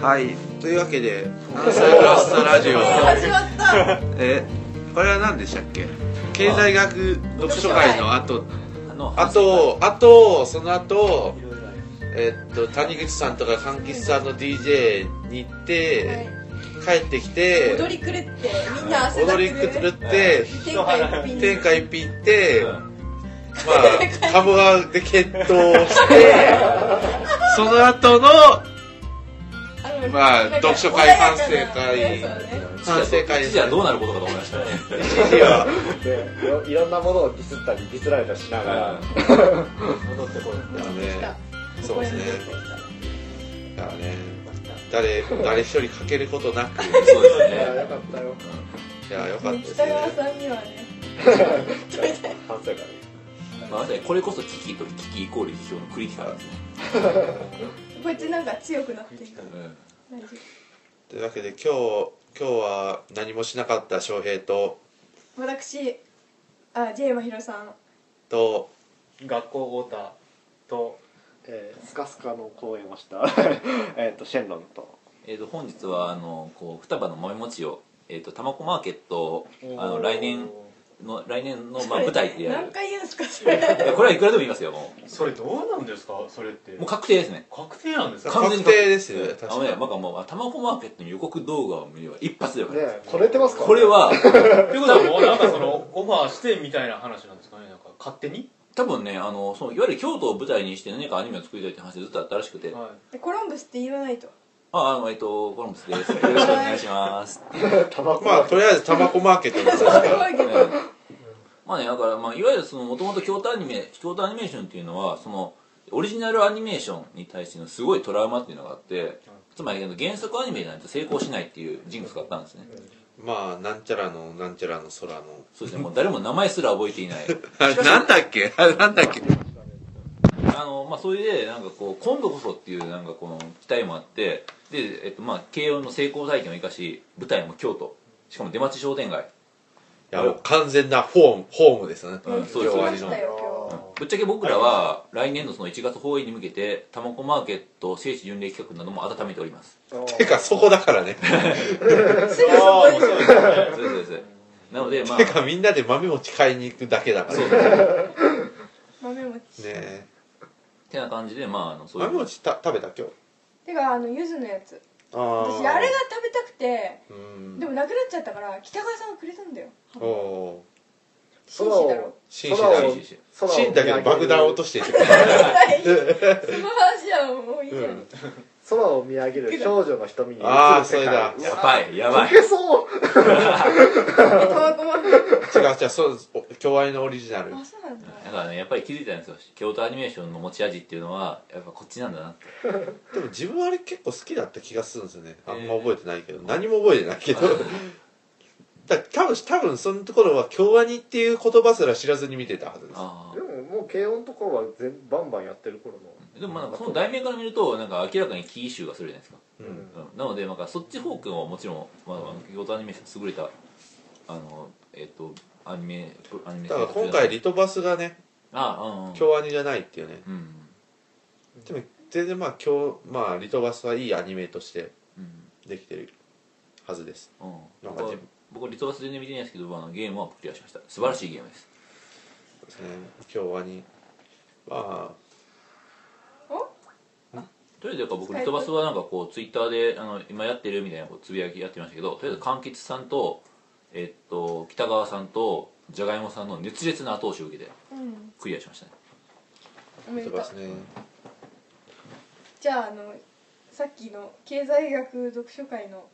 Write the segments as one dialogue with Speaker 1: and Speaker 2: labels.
Speaker 1: はいというわけで「関西クロスのラジオ」
Speaker 2: 始 まった
Speaker 1: えこれは何でしたっけ経済学読書会の後あとあとその後
Speaker 3: いろいろあります
Speaker 1: えっと谷口さんとか柑橘さんの DJ に行って帰ってきて
Speaker 2: 踊り狂ってみんな汗だ
Speaker 1: 踊
Speaker 2: く
Speaker 1: り狂って
Speaker 2: 天下一品
Speaker 1: 天下一品行って
Speaker 3: う
Speaker 1: ま
Speaker 3: ん
Speaker 1: あ鴨川で決闘してその後の
Speaker 2: の
Speaker 1: まあ
Speaker 2: なんか
Speaker 1: 読書会反省会
Speaker 2: そうね
Speaker 1: 反省会
Speaker 3: 一時はどうなることかと思いま したね
Speaker 1: 一時は
Speaker 4: でいろいろんなものをディスったりディスられたりしながら
Speaker 3: 戻ってこ
Speaker 1: だから
Speaker 2: 来た
Speaker 1: ねそうですね
Speaker 2: ここに来た
Speaker 1: だからね誰誰一人欠けることなく
Speaker 3: いそうです
Speaker 4: いやよ
Speaker 3: ね
Speaker 4: かった よ
Speaker 1: いやよかったです
Speaker 2: 北
Speaker 1: ね
Speaker 2: 川 さんにはね
Speaker 4: 反省会
Speaker 3: まあまさにこれこそ危機と危機イコール批評のクリティカルですね
Speaker 2: こっちなんか強くなってる大丈夫
Speaker 1: というわけで今日今日は何もしなかった翔平と
Speaker 2: 私あジェイマヒロさん
Speaker 1: と
Speaker 5: 学校ゴータと
Speaker 4: えー、スカスカの公演をした えっとシェンロンと
Speaker 3: えー、と本日はあのこう双葉の豆もちをえっ、とタマコマーケットあの来年の来年のまあ舞台でやる
Speaker 2: 何回言うんですかそ れ
Speaker 3: いやこれはいくらでも言いますよも
Speaker 5: それどうなんですかそれって
Speaker 3: うもう確定ですね
Speaker 5: 確定なんですか
Speaker 1: 確定ですよね
Speaker 3: あ
Speaker 1: 確
Speaker 3: の
Speaker 1: か
Speaker 3: ね
Speaker 1: に
Speaker 3: なんかもうタマコマーケットの予告動画を見れば一発で分かります、
Speaker 4: ねこれてますか
Speaker 3: これ は
Speaker 5: っていうことはもうなんかそのオファーしてみたいな話なんですかねなんか勝手に、
Speaker 3: 多分ねあのそのいわゆる京都を舞台にして何かアニメを作りたいって話でずっとあったらしくて「
Speaker 5: は
Speaker 2: コロンブスって言わないと
Speaker 3: ああのえっとコロンブスですよろしくお願いし ます」って
Speaker 4: タバコ
Speaker 1: まあとりあえずタバコマーケットの話
Speaker 2: す
Speaker 1: か
Speaker 2: ご
Speaker 1: ら
Speaker 2: いけ
Speaker 3: 言
Speaker 2: ど
Speaker 3: ってまあねだから、まあ、いわゆるもともと京都アニメ京都アニメーションっていうのはそのオリジナルアニメーションに対してのすごいトラウマっていうのがあってつまりあの原作アニメじゃないと成功しないっていうジンクスがあったんですね
Speaker 1: まあなんちゃらのなんちゃらの空の
Speaker 3: そうですねもう誰も名前すら覚えていない
Speaker 1: あれなんだっけあれなんだっけ
Speaker 3: あのまあ、それでなんかこう今度こそっていうなんかこの期待もあってで、えっとまあ、慶応の成功体験を生かし舞台も京都しかも出町商店街、
Speaker 1: いやもう完全なホームホームですよね
Speaker 3: うんそうです
Speaker 2: 聞き
Speaker 1: 京ア
Speaker 2: ま
Speaker 1: ニ
Speaker 2: し
Speaker 1: の
Speaker 2: たよ
Speaker 3: ぶっちゃけ僕らは来年のその1月放映に向けてたまこマーケット聖地巡礼企画なども温めております
Speaker 1: てかそこだからね
Speaker 2: 今日す
Speaker 5: い、
Speaker 2: ぐそ
Speaker 5: ああ面
Speaker 2: こに
Speaker 5: 白いですね
Speaker 3: そうですそうですなのでまあ
Speaker 1: てかみんなで豆餅買いに行くだけだから
Speaker 3: そう
Speaker 1: ね
Speaker 3: ですね
Speaker 2: 豆も
Speaker 1: え
Speaker 3: てな感じでまああのそうい
Speaker 1: 豆
Speaker 3: う
Speaker 1: 餅た食べた今日
Speaker 2: てかあの柚子のやつ
Speaker 1: あ
Speaker 2: 私
Speaker 1: ー
Speaker 2: あれが食べたくて
Speaker 1: うん
Speaker 2: でもなくなっちゃったから北川さんがくれたんだよ
Speaker 1: おお
Speaker 2: 紳士だろ
Speaker 1: 紳士
Speaker 4: 空
Speaker 1: だ
Speaker 4: を
Speaker 3: 紳士
Speaker 4: 空を
Speaker 1: 紳士だけど爆弾落 としてて
Speaker 2: その話はもういいじゃん、
Speaker 1: うん
Speaker 4: 空を見上げる少女の瞳に映る世界
Speaker 1: あーそれ だ
Speaker 3: やばいやばい
Speaker 4: 溶けそう
Speaker 2: タバコも
Speaker 1: 違う違うそうお京アニのオリジナル
Speaker 2: あそうなんだ
Speaker 3: だからねやっぱり気づいたんですよ京都アニメーションの持ち味っていうのはやっぱこっちなんだなって
Speaker 1: でも自分あれ結構好きだった気がするんですよねあんま
Speaker 3: えー
Speaker 1: 覚えてないけど、何も覚えてない けどだ多分多分そのところは京アニっていう言葉すら知らずに見てたはずです
Speaker 3: ああ
Speaker 4: でももう軽音とかは全バンバンやってる頃の
Speaker 3: でもまあなんかその題名から見るとなんか明らかにキーイシューがするじゃないですか、
Speaker 1: う
Speaker 4: うん
Speaker 1: ん
Speaker 3: うんなのでなんかそっち方向はもちろん、まあ、京都アニメーション優れたあのえっ、とアニメアニメ
Speaker 1: だから今回
Speaker 3: リ
Speaker 1: リトバスがね
Speaker 3: ああ
Speaker 1: 京アニじゃないっていうね
Speaker 3: うんうん、
Speaker 1: でも全然まあ京まあリトバスはいいアニメとして
Speaker 3: うん
Speaker 1: できてるはずです
Speaker 3: うんうん、
Speaker 1: なん
Speaker 3: 僕
Speaker 1: か
Speaker 3: は
Speaker 1: 自分
Speaker 3: 僕はリトバス全然見てないですけどあのゲームはクリアしました素晴らしいゲームです
Speaker 1: そうですね京アニまあ
Speaker 3: とりあえずやっぱ僕リトバスはなんかこうツイッターであの今やってるみたいなこうつぶやきやってましたけどとりあえず柑橘さんとえっと北川さんとじゃがいもさんの熱烈な後押しを受けて
Speaker 2: うん
Speaker 3: クリアしましたね
Speaker 2: おめ
Speaker 1: リ
Speaker 2: で
Speaker 1: ト
Speaker 2: とう
Speaker 1: バスね
Speaker 2: じゃああのさっきの経済学読書会の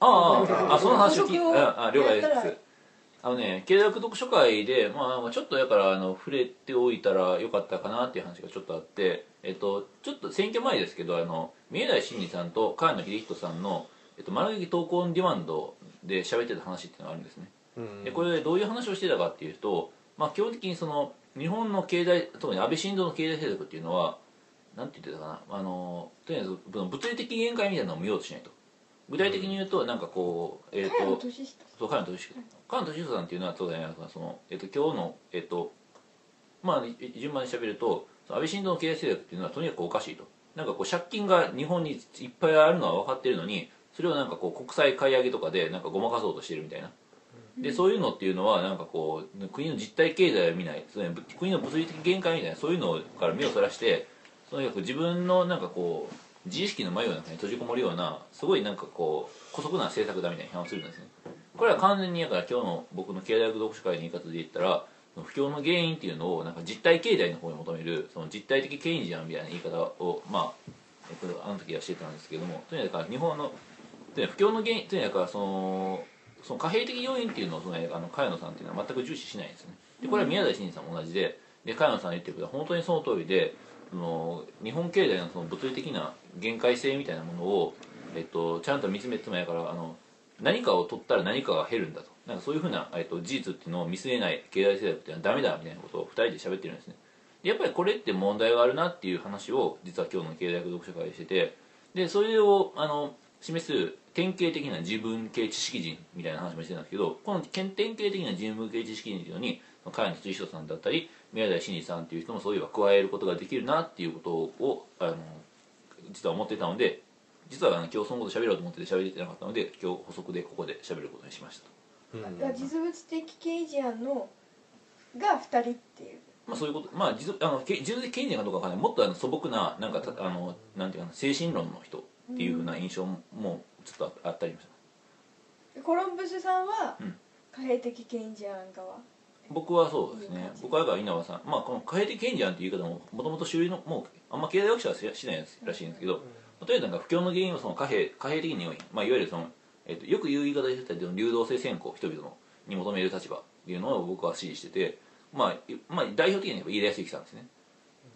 Speaker 3: あああその話を聞い
Speaker 2: 補足を
Speaker 3: うんあ了解で
Speaker 2: やったら
Speaker 3: すあのね経済学読書会で、まあ、ちょっとだからあの触れておいたらよかったかなっていう話がちょっとあって、えっと、ちょっと選挙前ですけどあの三重台真二さんと萱野秀人さんの「えっと、丸劇投稿オンディマンド」で喋ってた話っていうのがあるんですね
Speaker 1: うん
Speaker 3: でこれどういう話をしてたかっていうと、まあ、基本的にその日本の経済特に安倍晋三の経済政策っていうのはなんて言ってたかなあのとりあえずその物理的限界みたいなのを見ようとしないと具体的に言うとなんかこう、えっ、
Speaker 2: 萱野
Speaker 3: と
Speaker 2: 俊人
Speaker 3: そう菅野俊彦菅野俊彦さんっていうのは当然その、えっと今日のえっとまあい順番にしゃべるとその安倍晋三の経済政策っていうのはとにかくおかしいとなんかこう借金が日本にいっぱいあるのは分かってるのにそれをなんかこう国債買い上げとかでなんかごまかそうとしてるみたいなでそういうのっていうのはなんかこう国の実体経済を見ないそれ国の物理的限界みたいなそういうのから目をそらしてとにかく自分のなんかこう自意識の迷いの中に閉じこもるようなすごいなんかこう姑息な政策だみたいな批判をするんですねこれは完全にだから今日の僕の経済学読書会の言い方で言ったら不況の原因っていうのをなんか実体経済の方に求めるその実体的権威じゃんみたいな言い方をまあえこれあの時はしてたんですけどもとにかく日本のとにかく不況の原因とにかくそのその貨幣的要因っていうのをそのあの茅野さんっていうのは全く重視しないんですよねでこれは宮台真司さんも同じでで茅野さんの言ってることは本当にその通りでその日本経済のその物理的な限界性みたいなものを、えっと、ちゃんと見つめてもやからあの何かを取ったら何かが減るんだとなんかそういうふうな、えっと、事実っていうのを見据えない経済政策っていうのはダメだみたいなことを2人で喋ってるんですねでやっぱりこれって問題があるなっていう話を実は今日の経済学読書会でしててでそれをあの示す典型的な自分系知識人みたいな話もしてたんですけどこの典型的な自分系知識人っていうのに萱野辻人さんだったり宮台真司さんっていう人もそういえば加えることができるなっていうことをあの実は思ってたので実はあの今日そのこと喋ろうと思ってて喋れてなかったので今日補足でここで喋ることにしました
Speaker 2: だから実物的ケイジアンのが二人っていう
Speaker 3: まあそういうことまあ実あのけ自分で権利かどうかわからないもっとあの素朴ななんかたあのなんていうかな精神論の人っていうふうな印象ももうちょっとああったりもした
Speaker 2: でコロンブスさんは
Speaker 3: うん
Speaker 2: 貨幣的ケイジアン側
Speaker 3: 僕はそうです
Speaker 2: いい
Speaker 3: ね
Speaker 2: 感じ
Speaker 3: 僕はだから稲葉さんまあこの「変えてけんじゃん」っていう言い方ももともと主流のもうあんま経済学者はししないですらしいんですけど、とりあえずなんか不況の原因はその貨幣貨幣的な要因、まあ、いわゆるその、えっとよく言う言い方でしたけど流動性先行人々のに求める立場っていうのを僕は支持してて、まあいまあ、代表的にはやっぱ飯田康之さんですね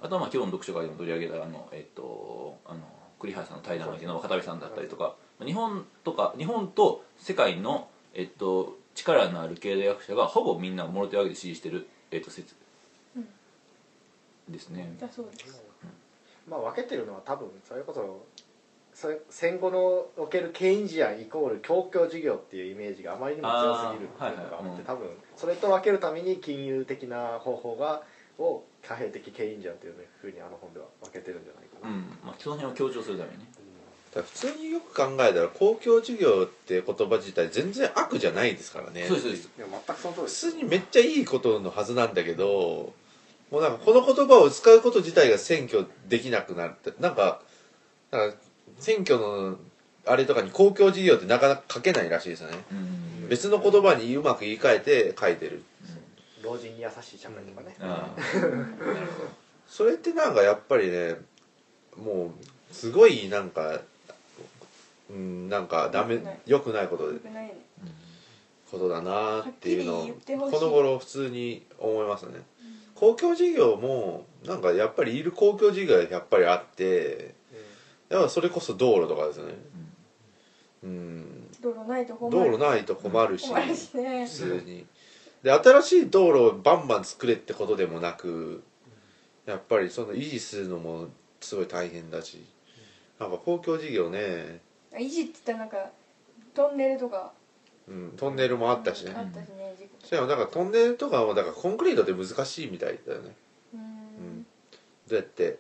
Speaker 3: あとはまあ今日の読書会でも取り上げたあの、えっと、あの栗原さんの対談相手の若田部さんだったりとか日本とか日本と世界の、えっと、力のある経済学者がほぼみんなもろ手を挙げて支持してる、えっと、説
Speaker 2: うん
Speaker 3: ですね。
Speaker 2: だそうです
Speaker 4: まあ分けてるのは多分それこそそれ戦後のおけるケインジアンイコール教教授業っていうイメージがあまりにも強すぎるっていうのがあって、
Speaker 3: あーはいはいうん
Speaker 4: 多分それと分けるために金融的な方法がを貨幣的ケインジアンというふうにあの本では分けてるんじゃないか
Speaker 3: う
Speaker 4: な、
Speaker 3: んまあ、その辺を強調するためにね
Speaker 1: だから普通によく考えたら公共事業って言葉自体全然悪じゃないですからね
Speaker 3: そうですそうです
Speaker 6: でも全くその通り
Speaker 1: 普
Speaker 6: です
Speaker 1: 通にめっちゃいいことのはずなんだけどもうなんかこの言葉を使うこと自体が選挙できなくなるってなんかなんか選挙のあれとかに公共事業ってなかなか書けないらしいですよね
Speaker 3: うん
Speaker 1: 別の言葉にうまく言い換えて書いてる
Speaker 4: 老人に優しい社会とかね、
Speaker 3: ああ
Speaker 1: それってなんかやっぱりねもうすごいなんかうんなんかダメ良くないこと
Speaker 2: よくないね
Speaker 1: ことだなっていうの
Speaker 2: はっきり
Speaker 1: を
Speaker 2: 言ってほしい
Speaker 1: この頃普通に思いますね、公共事業もなんかやっぱりいる公共事業はやっぱりあってだからそれこそ道路とかですよねうん
Speaker 2: 道路ないと困
Speaker 1: 道
Speaker 2: る
Speaker 1: 路ないと困るし
Speaker 2: 困るしね
Speaker 1: 普通にで新しい道路をバンバン作れってことでもなくやっぱりその維持するのもすごい大変だしなんか公共事業ね、
Speaker 2: 維持って言ったらなんかトンネルとか
Speaker 1: うん、トンネルもあったしね
Speaker 2: あったしね事故
Speaker 1: しかもなんかトンネルとかもだからコンクリートって難しいみたいだよね
Speaker 2: うーん
Speaker 1: どうやって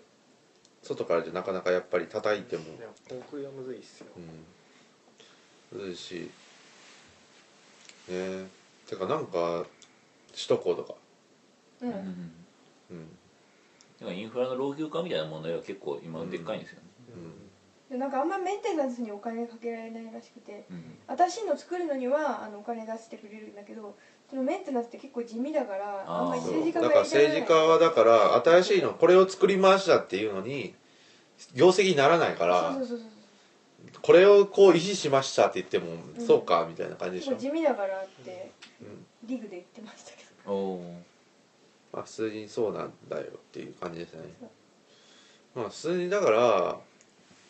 Speaker 1: 外からじゃなかなかやっぱり叩いても、
Speaker 4: でもコンクリはむずいっすよ、
Speaker 1: うん、そうですしねえてかなんか首都高とか、
Speaker 2: うん
Speaker 3: うん
Speaker 1: うん
Speaker 3: だからインフラの老朽化みたいな問題は結構今でっかいんですよね、
Speaker 2: でなんかあんまメンテナンスにお金かけられないらしくて
Speaker 3: うん
Speaker 2: 新しいの作るのにはあのお金出してくれるんだけどそのメンテナンスって結構地味だから
Speaker 3: あー
Speaker 2: あんまり
Speaker 1: そう
Speaker 2: 政治家
Speaker 1: だ
Speaker 2: が
Speaker 1: から
Speaker 2: や
Speaker 1: 政
Speaker 2: りたがらない
Speaker 1: 治家はだから新しいのこれを作りましたっていうのに業績にならないから
Speaker 2: そうそうそうそう
Speaker 1: これをこう維持しましたって言っても、
Speaker 2: うん
Speaker 1: そうかみたいな感じで
Speaker 2: 結
Speaker 1: しょ
Speaker 2: 構、地味だからって
Speaker 1: うん
Speaker 2: リグで言ってましたけど
Speaker 3: おお
Speaker 1: まあ、普通にそうなんだよっていう感じですね
Speaker 2: そう
Speaker 1: まあ普通にだから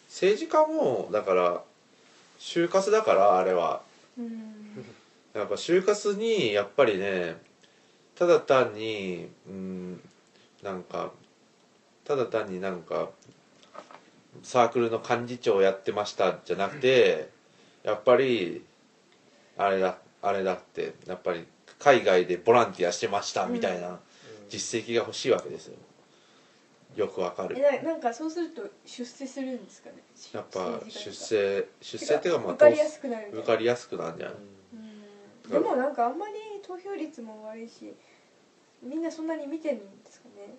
Speaker 1: 政治家もだから就活だからあれは
Speaker 2: うーん
Speaker 1: やっぱ就活にやっぱりねただ単にうんなんかただ単になんかサークルの幹事長やってましたじゃなくてやっぱりあれだあれだってやっぱり海外でボランティアしてましたみたいな実績が欲しいわけですよよくわかる
Speaker 2: えななんかそうすると出世するんですかね
Speaker 1: やっぱ出
Speaker 2: 政治
Speaker 1: 世出世っ
Speaker 2: 家とか
Speaker 1: ていうかまあ
Speaker 2: 受かりやすくなるみ
Speaker 1: 受
Speaker 2: た
Speaker 1: か
Speaker 2: いな
Speaker 1: りやすくなるんじゃん
Speaker 2: うんでもなんかあんまり投票率も悪いしみんなそんなに見てるんですかね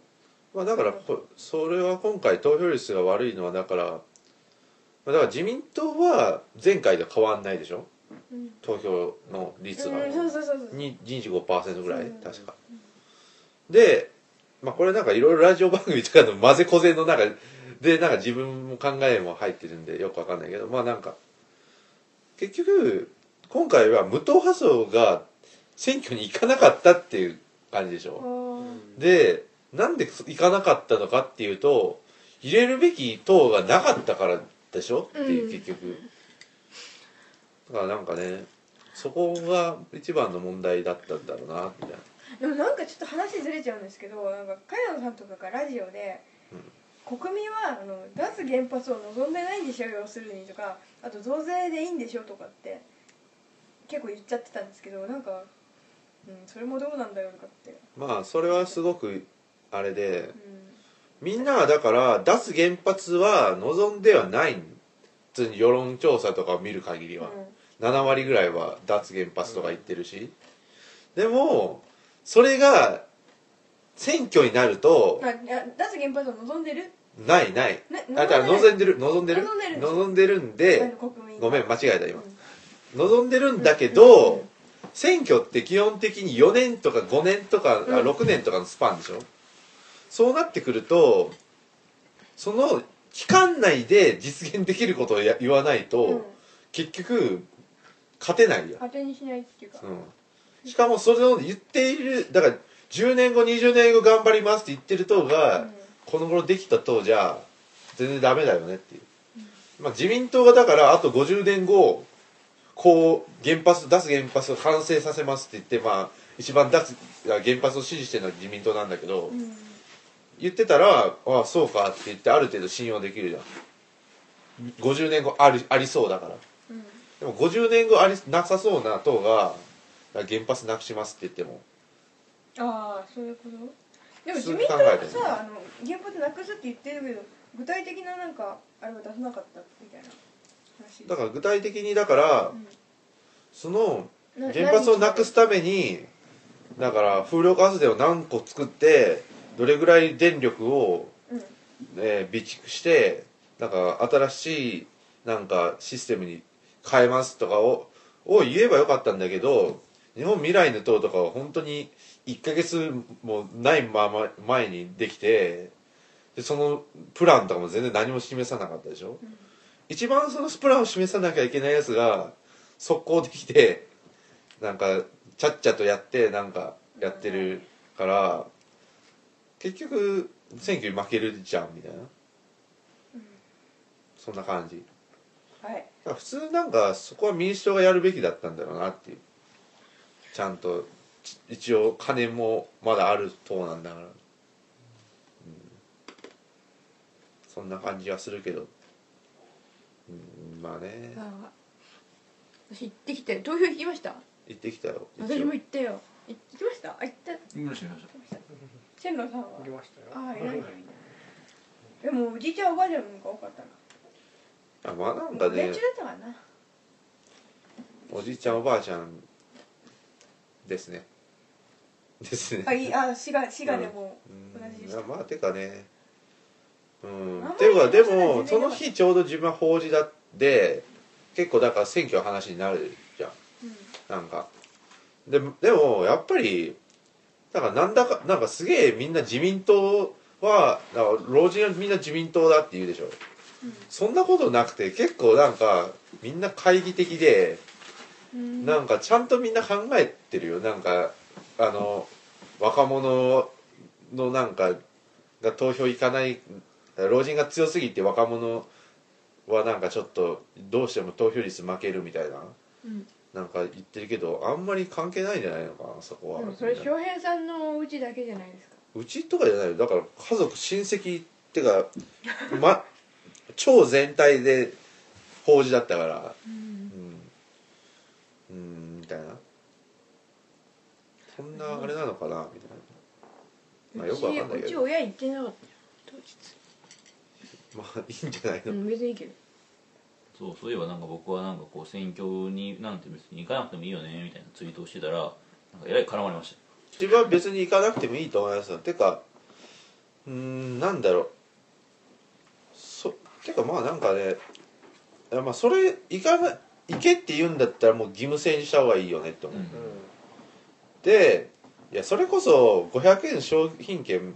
Speaker 1: まあだからこそれは今回投票率が悪いのはだからまあだから自民党は前回と変わんないでしょ
Speaker 2: うん
Speaker 1: 投票の率が
Speaker 2: うんそうそうそうそう
Speaker 1: に人事5%ぐらい
Speaker 2: うん
Speaker 1: 確かでまあこれなんかいろいろラジオ番組とかの混ぜこぜの中でなんか自分も考えも入ってるんでよくわかんないけどまあなんか結局今回は無党派層が選挙に行かなかったっていう感じでしょ
Speaker 2: あ
Speaker 1: でなんで行かなかったのかっていうと入れるべき党がなかったからでしょっていう、
Speaker 2: うん
Speaker 1: 結局だからなんかねそこが一番の問題だったんだろうなみたいな
Speaker 2: ーでもなんかちょっと話ずれちゃうんですけどなんか茅野さんとかがラジオで国民はあの脱原発を望んでないんでしょ要するにとかあと増税でいいんでしょとかって結構言っちゃってたんですけどなんか、うん、それもどうなんだよとかって、
Speaker 1: まあそれはすごくあれで
Speaker 2: うん、
Speaker 1: みんなはだから脱原発は望んではない普通に世論調査とかを見る限りは、7割ぐらいは脱原発とか言ってるし、でもそれが選挙になると
Speaker 2: うん、あいや脱原発を望んでる
Speaker 1: ないない
Speaker 2: ね
Speaker 1: あだから望んでる望んでる
Speaker 2: 望んでる
Speaker 1: 望んでるん
Speaker 2: あ
Speaker 1: で
Speaker 2: の国民
Speaker 1: ごめん間違えた今
Speaker 2: う
Speaker 1: 望んでる
Speaker 2: ん
Speaker 1: んだけ
Speaker 2: うん
Speaker 1: ど選挙って基本的に4年とか5年とかあ
Speaker 2: うん
Speaker 1: 6年とかのスパンでしょそうなってくるとその期間内で実現できることをや言わない
Speaker 2: うんうん
Speaker 1: と結局勝てないよ、
Speaker 2: 当てにしないっていうか、
Speaker 1: うん、しかもそれを言っているだから10年後20年後頑張りますって言ってる党が、
Speaker 2: うん
Speaker 1: この頃できた党じゃ全然ダメだよねっていう、まあ、自民党がだからあと50年後こう原発出す原発を完成させますって言ってまあ一番出す原発を支持してるのは自民党なんだけど、
Speaker 2: うん
Speaker 1: 言ってたらああそうかって言ってある程度信用できるじゃん50年後あるありそうだから
Speaker 2: うん
Speaker 1: でも50年後ありなさそうな党が原発なくしますって言っても
Speaker 2: ああそういうことでも
Speaker 1: 普通
Speaker 2: 自
Speaker 1: に
Speaker 2: 民党
Speaker 1: 考え
Speaker 2: は
Speaker 1: てね
Speaker 2: さあの原発なくすって言ってるけど具体的ななんかあれは出さなかったみたいな話
Speaker 1: だから具体的にだからその
Speaker 2: な
Speaker 1: 原発をなくすためにだから風力発電を何個作ってどれぐらい電力を、
Speaker 2: うん
Speaker 1: えー備蓄してなんか新しいなんかシステムに変えますとかをを言えばよかったんだけど日本未来の党とかは本当に1ヶ月もないまま前にできてでそのプランとかも全然何も示さなかったでしょ、
Speaker 2: ん
Speaker 1: 一番そのプランを示さなきゃいけないやつが速攻できてなんかちゃっちゃとやってなんかやってるから結局選挙に負けるじゃんみたいな、そんな感じ
Speaker 2: はい
Speaker 1: だから普通なんかそこは民主党がやるべきだったんだろうなっていうちゃんとち一応金もまだある党なんだから、うん、そんな感じはするけど、うん、まあね
Speaker 6: あ私行ってきて投票行きました
Speaker 1: 行ってきたよ一応
Speaker 6: 私も行ったよ
Speaker 2: い行きましたあ行った
Speaker 3: 見ました見ました
Speaker 2: チェンロンさんは
Speaker 4: 行きましたよ
Speaker 2: ああ偉いねでもおじいちゃんおばあちゃんの方が多かったな
Speaker 1: あまあなんか
Speaker 2: 連
Speaker 1: ね
Speaker 2: 中だったからな
Speaker 1: おじいちゃんおばあちゃんですねですね
Speaker 2: あいいあ滋賀滋賀でも
Speaker 1: うん
Speaker 2: 同じでした
Speaker 1: まあてかねうん
Speaker 2: あんまり
Speaker 1: ていうかでも
Speaker 2: 自
Speaker 1: そ
Speaker 2: 分の
Speaker 1: の日ちょうど自分は法事だで結構だから選挙の話になるじゃん
Speaker 2: うん
Speaker 1: なんかででもやっぱりだからなんだかなんかすげえみんな自民党はだから老人はみんな自民党だって言うでしょ、そんなことなくて結構なんかみんな懐疑的で
Speaker 2: うん
Speaker 1: なんかちゃんとみんな考えてるよなんかあの若者のなんかが投票行かない老人が強すぎて若者はなんかちょっとどうしても投票率負けるみたいな、
Speaker 6: うん
Speaker 1: なんか言ってるけどあんまり関係ないんじゃないのかなそこは、
Speaker 6: でもそれ翔平さんのお家だけじゃないですか
Speaker 1: うちとかじゃないよだから家族親戚ってか、ま、超全体で法事だったからうん、うん、みたいなそんなあれなのかなみたいな、まあ、よくわかんないうけ
Speaker 6: ちうち
Speaker 1: ど
Speaker 6: 親行ってなかったよ
Speaker 1: まあいいんじゃないうの、
Speaker 6: ん別にいいけど
Speaker 3: そうそういえばなんか僕はなんかこう選挙になんて別に行かなくてもいいよねみたいなツイートをしてたらなんかえらい絡まれまし
Speaker 1: 自分は別に行かなくてもいいと思いますよてかうーんなんだろうそてかまあなんかねいやまあそれ行かな行けって言うんだったらもう義務制にした方がいいよねって
Speaker 3: た、
Speaker 1: 思
Speaker 3: う
Speaker 1: う、
Speaker 3: ん
Speaker 1: でいやそれこそ500円商品券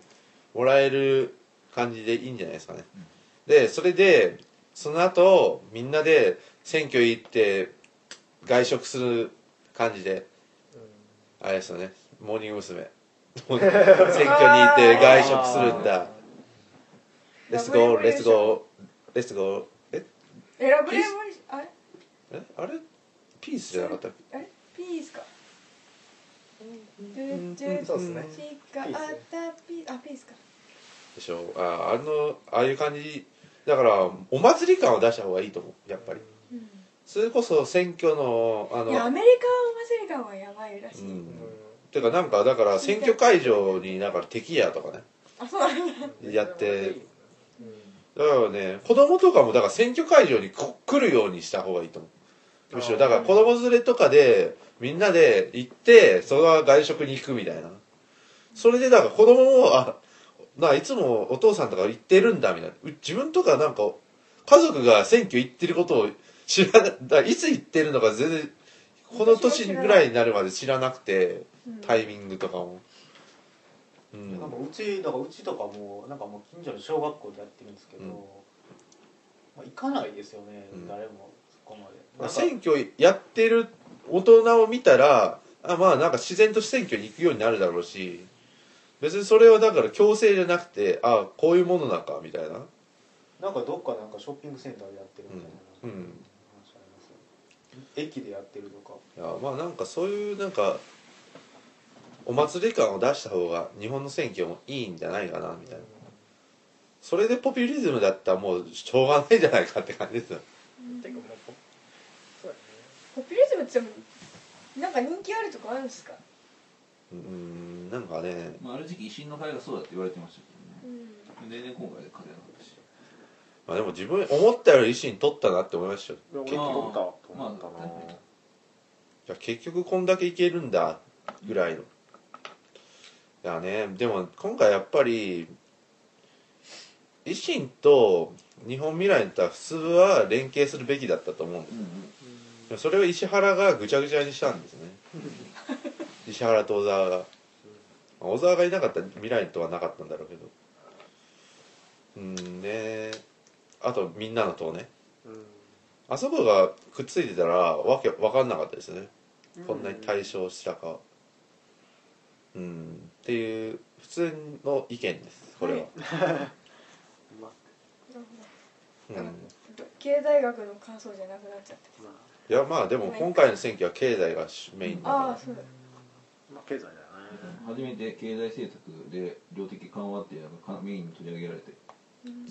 Speaker 1: もらえる感じでいいんじゃないですかね、
Speaker 3: うん
Speaker 1: でそれでその後みんなで選挙行って外食する感じであれですよねモーニング娘。 選挙に行って外食するんだレッツゴーレッツゴーレッツゴーえ
Speaker 2: エラブレーブレーションあれ
Speaker 1: えあれピースじゃなかったっ
Speaker 2: あれピースか
Speaker 1: ん
Speaker 2: チューチュー
Speaker 4: そうですね
Speaker 2: チカあったピースあピースか
Speaker 1: けでしょああのああいう感じだからお祭り感を出した方がいいと思うやっぱりそれこそ選挙のあ
Speaker 2: いやア
Speaker 1: の
Speaker 2: メリカお祭り感はやばいら
Speaker 1: う
Speaker 2: しい、
Speaker 1: んてかなんかだから選挙会場になんか敵やとかね
Speaker 2: あそうなんだ
Speaker 1: やってだからね子供とかもだから選挙会場にこ来るようにした方がいいと思うむしろだから子供連れとかでみんなで行ってそのまま外食に行くみたいなそれでだから子供もあないつもお父さんとか行ってるんだみたいなう自分とかなんか家族が選挙行ってることを知らないだからいつ行ってるのか全然この年ぐらいになるまで知らなくて
Speaker 2: うん
Speaker 1: タイミングとかも、うん
Speaker 7: なんかうちなんかうちとかもなんかもう近所の小学校でやってるんですけど、
Speaker 1: うん
Speaker 7: まあ、行かないですよね、
Speaker 1: うん
Speaker 7: 誰もそこまで
Speaker 1: まあ
Speaker 7: なんか
Speaker 1: 選挙やってる大人を見たらあまあなんか自然と選挙に行くようになるだろうし別にそれはだから強制じゃなくてあこういうものなのかみたいな
Speaker 7: なんかどっかなんかショッピングセンターでやってるみたい
Speaker 1: うん
Speaker 7: な
Speaker 1: うん
Speaker 7: 話ありますよ、駅でやってるとか
Speaker 1: いやまあなんかそういうなんかお祭り感を出した方が日本の選挙もいいんじゃないかなみたいなそれでポピュリズムだったらもうしょうがないんじゃないかって感じですよ
Speaker 4: てかもうポそう
Speaker 2: ポピュリズムってでもなんか人気あるとこあるんですか、
Speaker 1: うーんなんかね
Speaker 3: まあ、ある時期維新の会がそうだって言われてました
Speaker 2: うん、
Speaker 3: けどね全然今回で勝てなかったし
Speaker 1: まあでも自分思ったより維新取ったなって思いましたよ
Speaker 4: やね
Speaker 1: 結
Speaker 4: いや
Speaker 1: 局
Speaker 4: 俺
Speaker 1: い
Speaker 4: も取ったと思ったな、
Speaker 3: まあま
Speaker 1: や結局こんだけいけるんだぐらいのいやねでも今回やっぱり維新と日本未来だったら普通は連携するべきだったと思うんです
Speaker 3: うんうん
Speaker 1: でもそれを石原がぐちゃぐちゃにしたんで すね石原と小沢がまあ小沢がいなかったら未来とはなかったんだろうけどうんねあとみんなの党ねあそこがくっついてたらわけわかんなかったですねこんなに対象したかうん、っていう普通の意見ですこれは、
Speaker 2: は
Speaker 1: うん、
Speaker 2: なるほど経済学の感想じゃなくなっちゃっ
Speaker 1: い
Speaker 2: た
Speaker 1: やまあでも今回の選挙は経済が主メインだ
Speaker 2: ああ
Speaker 1: か
Speaker 2: そうだ
Speaker 4: まあ経済だよね
Speaker 3: 初めて経済政策で量的緩和っていうのがメインに取り上げられて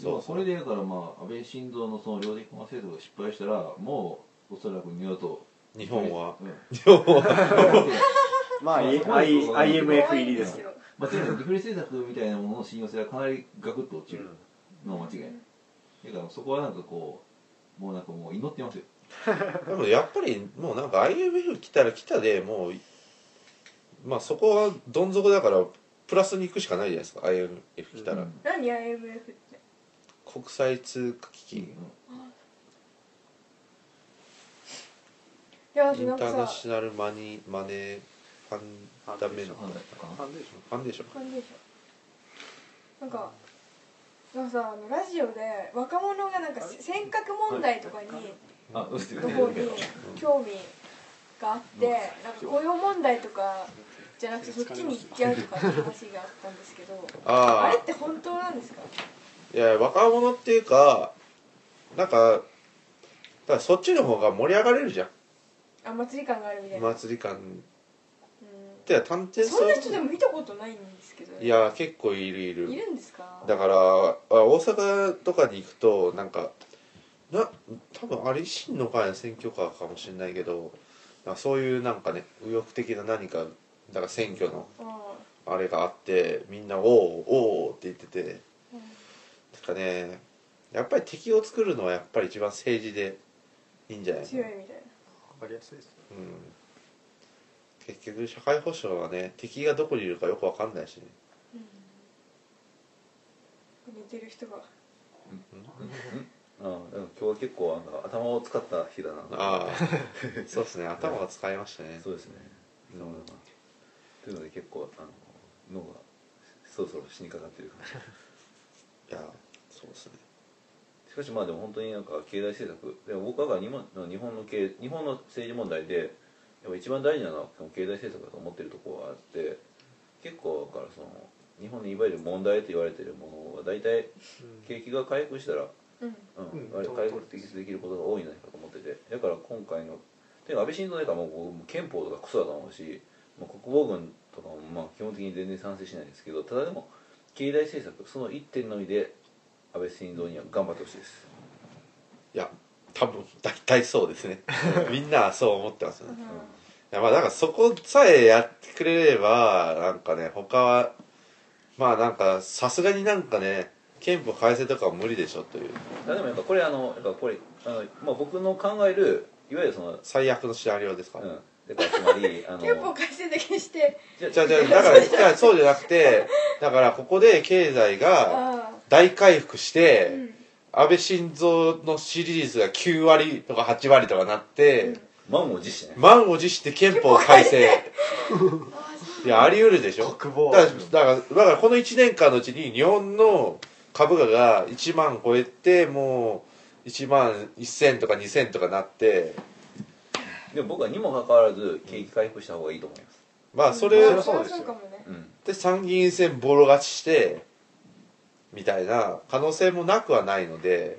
Speaker 1: そう
Speaker 3: まあそれでだからまあ安倍晋三のその量的緩和政策が失敗したらもうおそらく二度と
Speaker 1: ら日本は
Speaker 3: うん
Speaker 1: 日本は
Speaker 4: まあ、
Speaker 3: まあ
Speaker 4: I-
Speaker 3: そこはそう
Speaker 4: I- IMF 入り
Speaker 2: 怖いん
Speaker 4: ですよ、
Speaker 2: よ
Speaker 3: まあ、とにかくデフレ政策みたいなものの信用性はかなりガクッと落ちるのは間違いないだからそこはなんかこうもうなんかもう祈ってますよ
Speaker 1: でもやっぱりもうなんか IMF 来たら来たでもうまあそこはどん底だからプラスに行くしかないじゃないですか IMF 来たら、
Speaker 3: うん
Speaker 2: 何 IMF って
Speaker 1: 国際通貨基金
Speaker 2: いや
Speaker 1: イ
Speaker 2: 私
Speaker 1: ン
Speaker 2: な
Speaker 1: タ
Speaker 2: んか
Speaker 1: ーナ
Speaker 2: さ
Speaker 1: ショナルマニーマネーファンダメの
Speaker 3: なんだったかな
Speaker 4: ファンデーシ
Speaker 1: ファンデーション
Speaker 2: 感じでしょなんかなんかさあのラジオで若者がなんか尖閣問題とかに
Speaker 3: あそ うですよ
Speaker 2: の
Speaker 3: ね
Speaker 2: 方に興味があってなんか雇用問題とかじゃなくてそっちに行っちゃうとかっていう話があったんですけどあ
Speaker 1: あ
Speaker 2: れって本当なんですか
Speaker 1: あいや若者っていうかなんかだからそっちの方が盛り上がれるじゃ
Speaker 2: あ祭り感があるみたい
Speaker 1: ん
Speaker 2: な、
Speaker 1: 祭り感っ
Speaker 2: う
Speaker 1: て探偵
Speaker 2: ん、そんな人でも見たことないんですけど
Speaker 1: いや結構いるいる
Speaker 2: いるんですか
Speaker 1: だからあ大阪とかに行くとなんかな多分あれ維新の会の選挙カーかもしれないけどなんかそういうなんかね右翼的な何かだから選挙の
Speaker 2: ああ
Speaker 1: あれがあってみんな「おーおーおーって言っててですかねやっぱり敵を作るのはやっぱり一番政治でいいんじゃないの
Speaker 2: 強いみたいな
Speaker 4: かりやすいです
Speaker 1: うん結局社会保障はね敵がどこにいるかよくわかんないしね
Speaker 2: 似てる人が
Speaker 8: ああでも今日は結構なんか頭を使った日だな
Speaker 1: ああそうですね頭が使いましたね
Speaker 8: そうですね
Speaker 1: うん
Speaker 8: 頭だなというので結構あの脳がそろそろ死にかかってる感じ
Speaker 1: いやそうですね
Speaker 8: しかしまあでも本当になんか経済政策でも僕は日本の日本の経日本の政治問題でやっぱ一番大事なのは経済政策だと思ってるところがあって結構だからその日本のいわゆる問題と言われてるものは大体景気が回復したら、
Speaker 2: うん
Speaker 8: うん
Speaker 4: うん
Speaker 8: あれ回復的できることが多いんじゃないかと思っててだから今回のてか安倍晋三なんかもう僕憲法とかクソだと思うし、まあ、国防軍とかもまあ基本的に全然賛成しないですけどただでも経済政策その一点のみで安倍晋三には頑張ってほしいです
Speaker 1: いや多分大体そうで すねみんなそう思ってますねいやまあなんかそこさえやってくれればなんかね他はまあなんかさすがになんかね憲法改正とかは無理でしょという
Speaker 8: ただでもやっぱこれあのやっぱこれあの、まあ、僕の考えるいわゆるその
Speaker 1: 最悪のシナリオですか
Speaker 8: う
Speaker 1: ら、
Speaker 8: んだからつまりあの
Speaker 2: 憲法改正的にして
Speaker 8: じゃ
Speaker 1: じゃあじゃあだからじゃあそうじゃなくてだからここで経済が
Speaker 2: あ
Speaker 1: 大回復し
Speaker 2: あ
Speaker 1: て、
Speaker 2: うん
Speaker 1: 安倍晋三の支持率が9割とか8割とかなって、
Speaker 8: 満を持してね
Speaker 1: 満を持して憲法改正いやあり得るでしょ
Speaker 7: 国防
Speaker 1: だからだからだからこの1年間のうちに日本の株価が1万超えてもう1万1000とか2000とかなって
Speaker 8: でも僕はにもかかわらず景気回復した方がいいと思います
Speaker 1: まあそ
Speaker 2: うん
Speaker 1: れ
Speaker 2: まあ
Speaker 4: そ
Speaker 2: そうれ
Speaker 4: で
Speaker 2: は
Speaker 4: す
Speaker 2: そ
Speaker 4: よ
Speaker 2: うかもね
Speaker 8: うん
Speaker 1: で参議院選ボロ勝ちしてみたいな可能性もなくはないので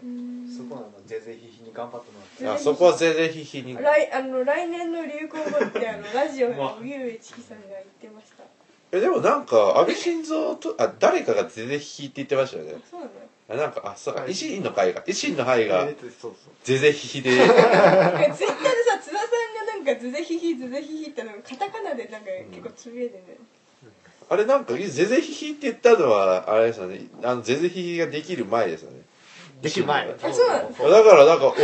Speaker 7: そこはなんかぜいぜいひいひに頑張ってもらって
Speaker 1: いやそこは全然ひひに
Speaker 2: 来あの来年の流行語ってあのラジオの荻上チキさんが言ってました
Speaker 1: えでもなんか安倍晋三とあ誰かが全然ひいって言ってましたよね
Speaker 2: あそうなの
Speaker 1: あなんかあそうか
Speaker 4: はい
Speaker 1: 維新の会が維新の会が
Speaker 4: えーそうそう
Speaker 1: ぜぜひ ひで
Speaker 2: なんかツイッターでさ津田さんがなんか「ズゼヒヒズゼヒヒ」ってなんかカタカナでなんか結構つぶやいてんだよね
Speaker 1: あれなんかぜぜひひって言ったのはあれですよねあのぜぜひひができる前ですよね
Speaker 4: できる前
Speaker 2: あそうなの
Speaker 1: だからなんかおおー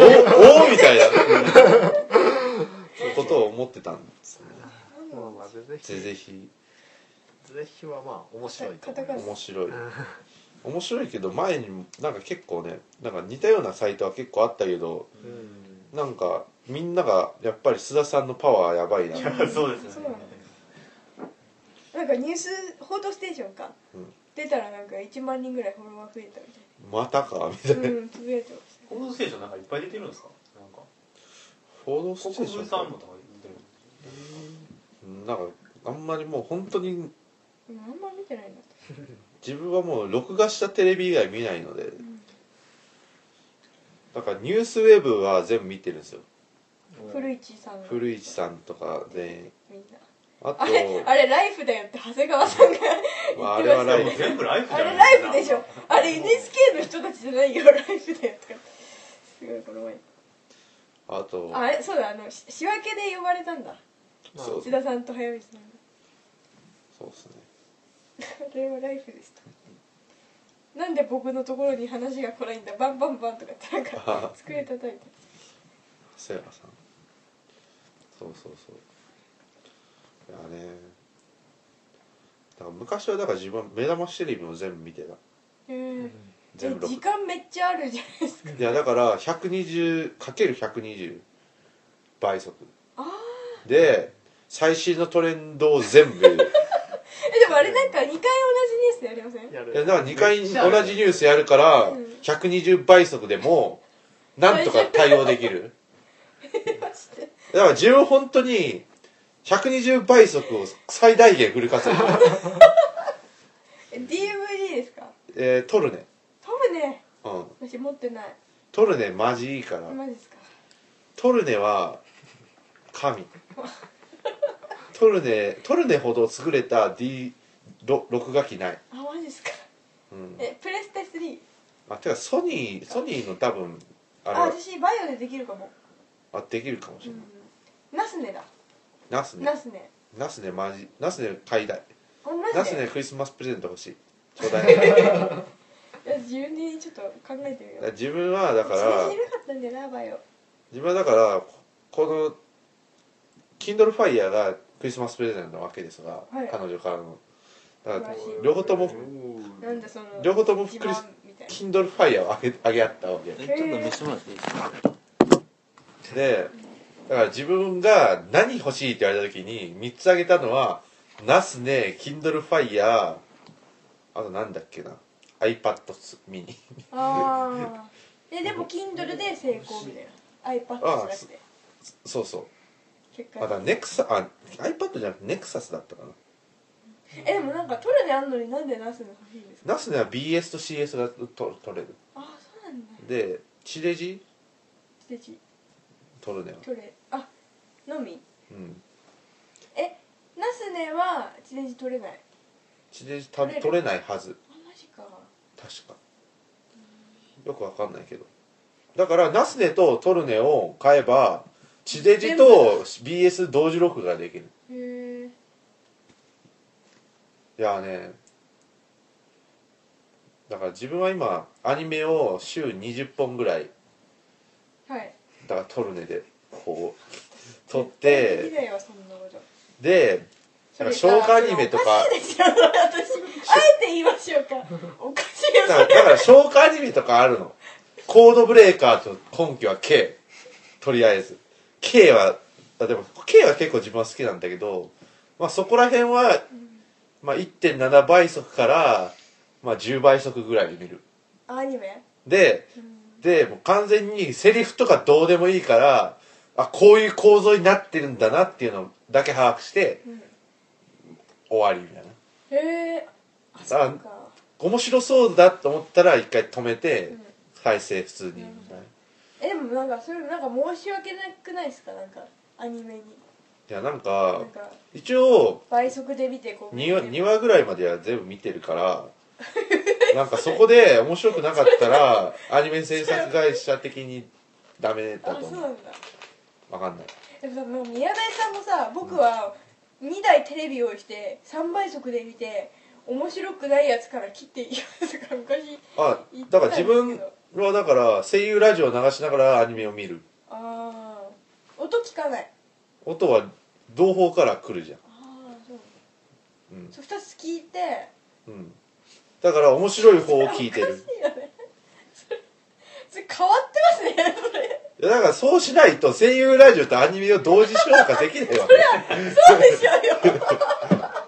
Speaker 1: みたいなことを思ってたんですね
Speaker 4: もうまあぜぜひ
Speaker 1: ぜぜひ
Speaker 4: ぜひはまあ面白いと思い
Speaker 2: カタカ
Speaker 4: ま
Speaker 2: ナ
Speaker 4: す
Speaker 1: 面白い面白いけど前にもなんか結構ねなんか似たようなサイトは結構あったけど
Speaker 4: うん
Speaker 1: なんかみんながやっぱり須田さんのパワーやばいなって
Speaker 7: るそうです
Speaker 2: そう
Speaker 7: よ
Speaker 2: な
Speaker 7: ね
Speaker 2: のなんかニュース「報道ステーションか」
Speaker 1: うん
Speaker 2: 出たらなんか1万人ぐらいフォロワー増えたみた
Speaker 1: またかみたい
Speaker 2: い
Speaker 1: な
Speaker 2: なうんつぶやいてまし
Speaker 7: 報道ステーションなんかいっぱい出てるんですかなんか
Speaker 1: 報道ステー
Speaker 7: 国
Speaker 1: ション
Speaker 7: 分
Speaker 1: か
Speaker 7: さんもとか出てる
Speaker 1: なんかあんまりもう本当に
Speaker 2: たうんあんま見てないな
Speaker 1: 自分はもう録画したテレビ以外見ないので
Speaker 2: ん
Speaker 1: だからニュースウェブは全部見てるんですよ
Speaker 2: 古市さんが
Speaker 1: 古市さんとか全員
Speaker 2: みんな
Speaker 1: あと
Speaker 2: あれあれライフだよって長谷川さんが
Speaker 1: まああれはライ
Speaker 7: もう
Speaker 1: ブ
Speaker 7: 全部ライフじゃ
Speaker 2: あ
Speaker 7: ない
Speaker 2: れライフでしょあれ NHK の人たちじゃないよライフだよとかすごいこの前
Speaker 1: あと
Speaker 2: あれそうだあのし仕分けで呼ばれたんだ
Speaker 1: そう
Speaker 2: 内田さんと早水さんが
Speaker 1: そうですね
Speaker 2: あれはライフですとなんで僕のところに話が来ないんだバンバンバンとかってな んか机叩いて
Speaker 1: セラさんそうそうそういやねだから昔はだから自分は目覚ましテレビも全部見てた
Speaker 2: うんえ
Speaker 1: 全部録
Speaker 2: 時間めっちゃあるじゃないですか
Speaker 1: いやだから 120×120 倍速で最新のトレンドを全部い
Speaker 2: えでもあれなんか2回同じニュースやりません
Speaker 4: やる
Speaker 1: やだから2回同じニュースやるから
Speaker 2: うん
Speaker 1: 120倍速でもなんとか対応できるだから自分本当に120倍速を最大限フル活用、
Speaker 2: え DVD ですか
Speaker 1: えー、撮るね
Speaker 2: 多分ね
Speaker 1: うん
Speaker 2: 私持ってない
Speaker 1: 撮るねマジいいから
Speaker 2: マジですか
Speaker 1: トルネは神トルネトルネほど優れた D ろ録画機ない、
Speaker 2: あマジですか
Speaker 1: うん、
Speaker 2: えプレステ3
Speaker 1: あてかソニーソニーの多分
Speaker 2: あ
Speaker 1: あれ
Speaker 2: 私バイオでできるかも
Speaker 1: あできるかもしれない、
Speaker 2: ナスネだ
Speaker 1: ナスネ
Speaker 2: ナスネ
Speaker 1: ナスネマジナスネ買いたい
Speaker 2: あマ
Speaker 1: ナ
Speaker 2: ジ
Speaker 1: ス
Speaker 2: で
Speaker 1: ネクリスマスプレゼント欲しいちょうだい
Speaker 2: いや全自分でちょっと考えてみよう
Speaker 1: 自分はだから
Speaker 2: 政治いなかったんだよなバイオ
Speaker 1: 自分はだからここの Kindle Fire がクリスマスプレゼントなわけですが、
Speaker 2: はい
Speaker 1: 彼女からのだから
Speaker 2: 素晴らしい
Speaker 1: 両方とも
Speaker 2: なんだその
Speaker 1: 両方ともク
Speaker 2: 自
Speaker 1: リス
Speaker 2: 慢 みたいな
Speaker 1: Kindle Fire をあげあげ合ったわけ
Speaker 2: ちょっと見
Speaker 7: せてもらっていいですか
Speaker 1: でだから自分が何欲しいって言われた時に3つあげたのはナスネ Kindle Fire あとなんだっけな iPad mini
Speaker 2: ああえでも Kindle で成功みたいな iPad じゃなくて
Speaker 1: そうそう
Speaker 2: 結
Speaker 1: あだか
Speaker 2: 果
Speaker 1: らネクサあ iPad じゃなくてネクサスだったかな
Speaker 2: えでもなんか取るであんのになんでナスの欲しいんですか
Speaker 1: ナスネは BS と CS がと取れる
Speaker 2: ああそうなんだ
Speaker 1: で地デジ
Speaker 2: ステージ
Speaker 1: 取るね
Speaker 2: 取れあのみ
Speaker 1: うん
Speaker 2: えナスネは地デジ取れない
Speaker 1: 地デジ多分取れないはず
Speaker 2: あマジか
Speaker 1: 確かよくわかんないけどだからナスネとトルネを買えば地デジと BS 同時録画ができる
Speaker 2: へえ
Speaker 1: いやーねだから自分は今アニメを週20本ぐらい
Speaker 2: はい
Speaker 1: だからトルネでこう撮っ
Speaker 2: でき
Speaker 1: て
Speaker 2: ないよそんなこと
Speaker 1: で
Speaker 2: それ
Speaker 1: 消化アニメとか
Speaker 2: おかしいですよ私あえて言いましょ うかおかしいよ
Speaker 1: だからだから消化アニメとかあるのコードブレーカーと今期は K とりあえず K はあでも K は結構自分は好きなんだけど、まあ、そこら辺は、まあ、1.7倍速から、まあ、10倍速ぐらいで見る
Speaker 2: アニメ
Speaker 1: で
Speaker 2: うん
Speaker 1: でもう完全にセリフとかどうでもいいからあこういう構造になってるんだなっていうのだけ把握して
Speaker 2: うん
Speaker 1: 終わりみたいな
Speaker 2: へえあそ
Speaker 1: だから
Speaker 2: うか
Speaker 1: 面白そうだと思ったら一回止めて
Speaker 2: うん
Speaker 1: 再生普通にみたいな
Speaker 2: えでもなんかそれなんか申し訳なくないですかなんかアニメに
Speaker 1: いやなん
Speaker 2: な
Speaker 1: か
Speaker 2: んか
Speaker 1: 一応
Speaker 2: 倍速で見てこう
Speaker 1: 2話
Speaker 2: 見て
Speaker 1: ,2 話ぐらいまでは全部見てるから なんかそこで面白くなかったらアニメ制作会社的にダメだ
Speaker 2: あ
Speaker 1: と
Speaker 2: そう
Speaker 1: 思
Speaker 2: な
Speaker 1: うん
Speaker 2: だ
Speaker 1: わかんない
Speaker 2: でもさもう宮台さんもさ僕は2台テレビ用意して3倍速で見て面白くないやつから切っていいやつから昔
Speaker 1: あ
Speaker 2: 言って
Speaker 1: だ
Speaker 2: た
Speaker 1: から
Speaker 2: んです
Speaker 1: 自
Speaker 2: けど
Speaker 1: 分はだから声優ラジオを流しながらアニメを見る
Speaker 2: ああ音聞かない
Speaker 1: 音は同方から来るじゃん
Speaker 2: ああそう
Speaker 1: うん、
Speaker 2: そう2つ聞いて
Speaker 1: うん、だから面白い方を聞いて る
Speaker 2: いいよねそれそれ変わってますねそれ
Speaker 1: いやだからそうしないと声優ラジオとアニメを同時消化できないわけ
Speaker 2: そうでしょうよそりゃ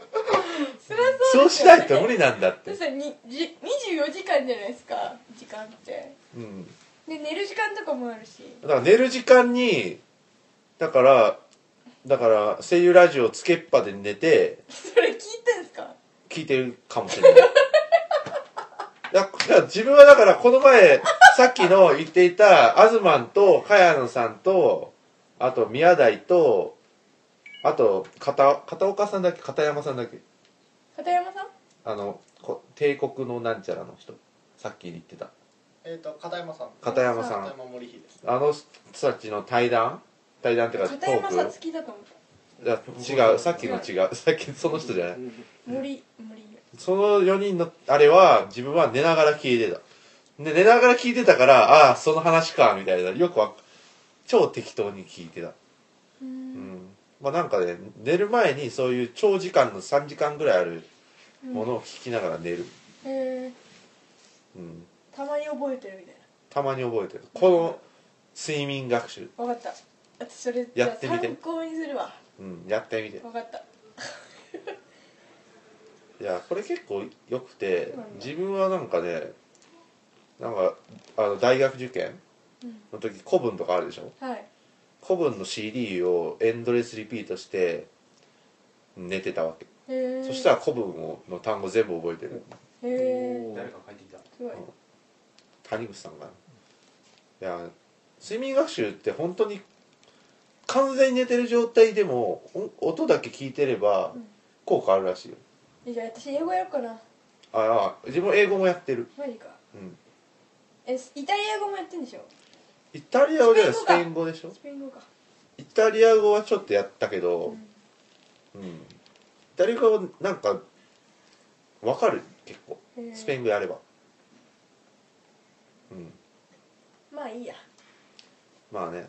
Speaker 2: そ
Speaker 1: そうう
Speaker 2: です
Speaker 1: し
Speaker 2: よね
Speaker 1: ないと無理なんだっ
Speaker 2: だっててさにじ24時間じゃないですか時間って
Speaker 1: うん
Speaker 2: で寝る時間とかもあるし
Speaker 1: だから寝る時間にだからだから声優ラジオをつけっぱで寝て
Speaker 2: それ聞いてんすか
Speaker 1: 聞いてるかもしれない だから自分はだからこの前さっきの言っていたアズマンと茅野さんとあと宮台とあと片片岡さんだっけ片山さんだっけ
Speaker 2: 片山さん
Speaker 1: あのこ帝国のなんちゃらの人さっき言ってた
Speaker 4: えっ、と片山さん
Speaker 1: 片山さん
Speaker 4: 片山森日です
Speaker 1: あの人たちの対談対談っていうかト
Speaker 2: 片
Speaker 1: ー
Speaker 2: 山さん
Speaker 1: ク
Speaker 2: 好きだと思った
Speaker 1: いや違うさっきの違うさっきその人じゃない
Speaker 2: 森森
Speaker 1: その4人のあれは自分は寝ながら聞いてたで寝ながら聞いてたからああその話かみたいなよくわ超適当に聞いてた
Speaker 2: う
Speaker 1: うんんまあなんかね寝る前にそういう長時間の3時間ぐらいあるものを聞きながら寝る、
Speaker 2: へえ
Speaker 1: うん、
Speaker 2: たまに覚えてるみたい
Speaker 1: たまに覚えてるこの睡眠学習、
Speaker 2: なわかった私それ
Speaker 1: やってみて
Speaker 2: じゃあ参考にするわ
Speaker 1: うん、やってみて
Speaker 2: わかった
Speaker 1: いやこれ結構良くて
Speaker 2: そうなんだ
Speaker 1: 自分はなんかねなんかあの大学受験の時古文とかあるでしょ
Speaker 2: はい
Speaker 1: 古文の CD をエンドレスリピートして寝てたわけ、
Speaker 2: へえ
Speaker 1: そしたら古文をの単語全部覚えてる
Speaker 2: へえ
Speaker 5: 誰か帰ってきた
Speaker 2: すごい
Speaker 1: 谷口さんがいや睡眠学習って本当に完全に寝てる状態でもお音だけ聞いてれば
Speaker 2: うん
Speaker 1: 効果あるらしいよ
Speaker 2: えじゃあ私英語やろうかな
Speaker 1: ああ自分英語もやってる、
Speaker 2: マジか
Speaker 1: うん、
Speaker 2: えイタリア語もやってんでしょ
Speaker 1: イタリア語ではス
Speaker 2: スペ
Speaker 1: ペ
Speaker 2: イ
Speaker 1: イ
Speaker 2: ン
Speaker 1: ン語でしょ
Speaker 2: スペイン語か
Speaker 1: イタリア語はちょっとやったけ
Speaker 2: う
Speaker 1: ど、
Speaker 2: ん
Speaker 1: うんイタリア語なんかわかる結構
Speaker 2: へえ
Speaker 1: スペイン語やれば、
Speaker 2: へ
Speaker 1: うん、
Speaker 2: まあいいや
Speaker 1: まあね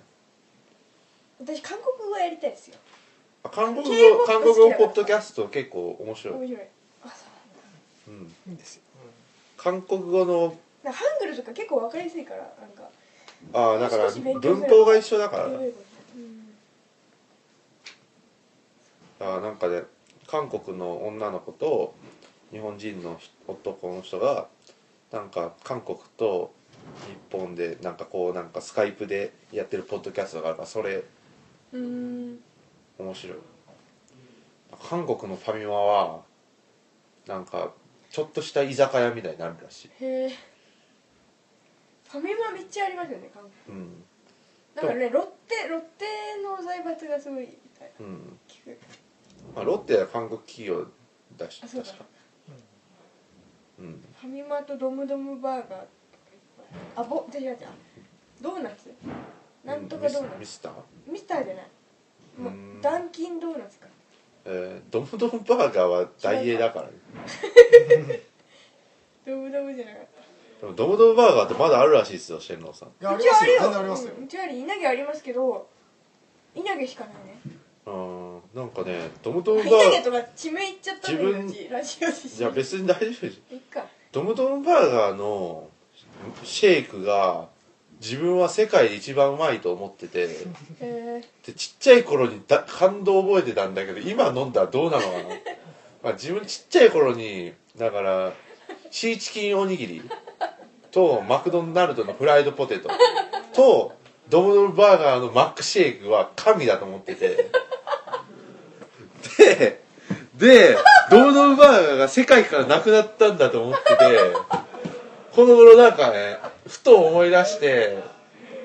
Speaker 2: 私韓国語やりたいですよ
Speaker 1: あ韓国
Speaker 2: 敬語
Speaker 1: 語
Speaker 2: が
Speaker 1: 韓
Speaker 2: 好
Speaker 1: 国
Speaker 2: きだ
Speaker 1: 語
Speaker 2: から
Speaker 1: ポッドキャスト結構面白い、
Speaker 2: 面白いあそう
Speaker 1: うん、
Speaker 9: いいんですよ、う
Speaker 1: 韓国語の
Speaker 2: なんかハングルとか結構わかりやすいからなんか
Speaker 1: ああだから
Speaker 2: 少し勉強す
Speaker 1: 文
Speaker 2: れば
Speaker 1: 法が一緒だから
Speaker 2: 覚えることうん
Speaker 1: あーなんかね韓国の女の子と日本人のひ男の人がなんか韓国と日本でなんかこうなんかスカイプでやってるポッドキャストがあるからそれ
Speaker 6: うん
Speaker 1: 面白い韓国のファミマはなんかちょっとした居酒屋みたいになるらしい、
Speaker 2: へえファミマめっちゃありますよね韓国
Speaker 1: うん
Speaker 2: だからねロッテロッテの財閥がすごいみたい
Speaker 1: うん
Speaker 2: な聞く
Speaker 1: まあ、ロッテは韓国企業だし
Speaker 2: あ
Speaker 1: 確
Speaker 2: そう
Speaker 1: か
Speaker 2: だ
Speaker 1: うん
Speaker 2: ファミマとドムドムバーガーとかいっぱいあぼ違う違うドーナツなんとかド
Speaker 1: ミ
Speaker 2: ーナツ
Speaker 1: スミスター
Speaker 2: ミスターじゃないも
Speaker 1: う
Speaker 2: う
Speaker 1: ーん
Speaker 2: ダンキンドーナツか
Speaker 1: えー、ドムドムバーガーは大英だからね
Speaker 2: ドムドムじゃなかった
Speaker 1: でもドムドムバーガーってまだあるらしいですよシェンロンさん
Speaker 9: んいやあ
Speaker 2: う
Speaker 9: り
Speaker 2: ち
Speaker 9: ま
Speaker 2: はあ
Speaker 9: すよ全然
Speaker 2: るよ
Speaker 9: ありますよ、
Speaker 2: うんうちはある稲毛ありますけど稲毛しかないね
Speaker 1: うーんなんかねドムドムバー
Speaker 2: 稲毛
Speaker 1: ガー
Speaker 2: とか地名いっちゃったの
Speaker 1: 自分
Speaker 2: ようちラジオで
Speaker 1: じゃあ別に大丈夫でしょ
Speaker 2: いっか
Speaker 1: ドムドムバーガーのシェイクが自分は世界で一番うまいと思ってて
Speaker 2: へえ
Speaker 1: でちっちゃい頃にだ感動を覚えてたんだけど今飲んだらどうなのかな、まあ、自分ちっちゃい頃にだからシーチキンおにぎりとマクドナルドのフライドポテトとドムドムバーガーのマックシェイクは神だと思っててででドムドムバーガーが世界からなくなったんだと思っててこの頃なんかねふと思い出して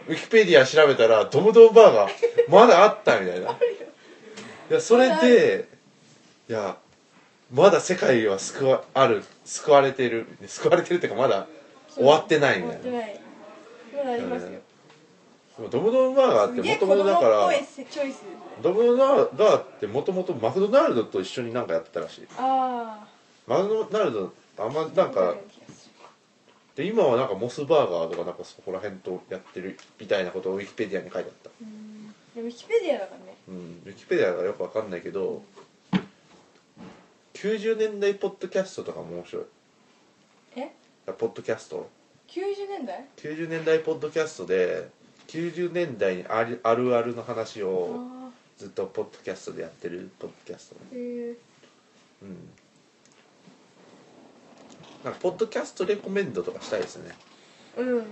Speaker 1: ウィキペディア調べたらドムドムバーガーまだあったみたいないやそれでいやまだ世界は救わある救われてる救われてるっていうかまだ終わってない
Speaker 2: 終
Speaker 1: みた
Speaker 2: わっ
Speaker 1: い
Speaker 2: て
Speaker 1: な
Speaker 2: ないまだありますよ
Speaker 1: でもドムドムバーガーっ
Speaker 2: す
Speaker 1: て
Speaker 2: げ
Speaker 1: も
Speaker 2: え
Speaker 1: と
Speaker 2: 子
Speaker 1: も
Speaker 2: 供
Speaker 1: とだ
Speaker 2: っ
Speaker 1: か
Speaker 2: ぽ
Speaker 1: ら
Speaker 2: いチョイスですね
Speaker 1: ドムドムバーガーってもともとマクドナルドと一緒になんかやってたらしい
Speaker 2: あ
Speaker 1: マクドナルドあんま
Speaker 2: あ
Speaker 1: なんかで今はなんかモスバーガーとかなんかそこら辺とやってるみたいなことをウィキペディアに書いてあった
Speaker 2: でもウィキペディアだからね
Speaker 1: うんウィキペディアがよくわかんないけど90年代ポッドキャストとかも面白い
Speaker 2: え
Speaker 1: あポッドキャスト
Speaker 2: 90年代
Speaker 1: 90年代ポッドキャストで90年代にありあるあるの話
Speaker 2: あ
Speaker 1: を
Speaker 2: あ
Speaker 1: ずっとポッドキャストでやってるポッドキャストね
Speaker 2: へえ
Speaker 1: うんなんかポッドキャストレコメンドとかしたいですね
Speaker 2: うんうん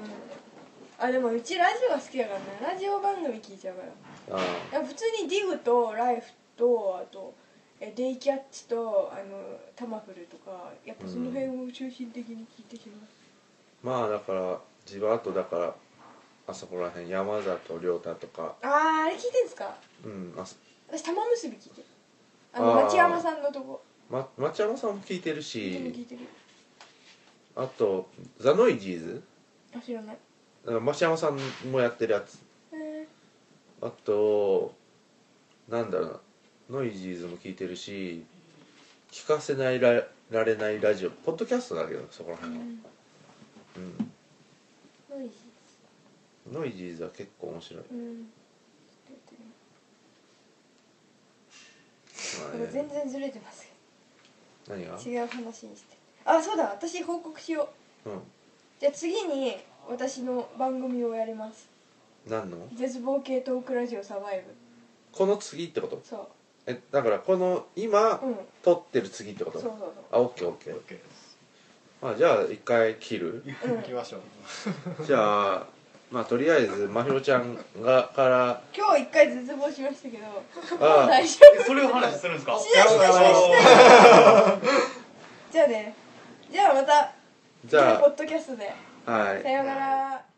Speaker 2: あでもうちラジオが好きだからねラジオ番組聞いちゃうからい
Speaker 1: ああ
Speaker 2: や普通にディグとライフとあとえデイキャッチとあのタマフルとかやっぱその辺を中心的に聞いてきます、
Speaker 1: まあだから自分あとだからあそこら辺山里亮太とか
Speaker 2: あああれ聞いてんですか
Speaker 1: うんあそ
Speaker 2: 私玉結び聞いてるあの
Speaker 1: あー
Speaker 2: 町山さんのとこ
Speaker 1: ま、町山さんも聞いてる
Speaker 2: でも聞
Speaker 1: し
Speaker 2: い
Speaker 1: て
Speaker 2: る
Speaker 1: あとザ・ノイジーズ
Speaker 2: あ知らない
Speaker 1: あの町山さんもやってるやつ
Speaker 2: へえ
Speaker 1: あとなんだろうなノイジーズも聞いてるし聞かせないらられないラジオポッドキャストだけどそこら辺は、うん
Speaker 2: ノイジ
Speaker 1: ノイジーズは結構面白い、
Speaker 2: ーうんちょっとやってみよう
Speaker 1: まあ
Speaker 2: なんか全
Speaker 1: ね、
Speaker 2: 然ずれてます
Speaker 1: 何が
Speaker 2: けど違う話にしてあそうだ私報告しよう
Speaker 1: うん
Speaker 2: じゃあ次に私の番組をやります
Speaker 1: 何の
Speaker 2: 絶望系トークラジオサバイ
Speaker 1: この次ってこと
Speaker 2: ブそう
Speaker 1: えだからこの今、
Speaker 2: うん
Speaker 1: 撮ってる次ってこ
Speaker 2: そう
Speaker 1: と
Speaker 2: そうそ
Speaker 1: あオッケーオッケー
Speaker 9: OK です
Speaker 1: まあじゃあ一回切 る
Speaker 2: う、うん、
Speaker 9: 行きましょう
Speaker 1: じゃあまあとりあえずまひろちゃんがから
Speaker 2: 今日一回絶望しましたけど もう
Speaker 1: あ
Speaker 2: 大丈夫
Speaker 7: えそれを話するんですか
Speaker 2: しないしないしないしないじゃあねじゃあまた
Speaker 1: じゃ
Speaker 2: ポッドキャストで
Speaker 1: あはい
Speaker 2: さようなら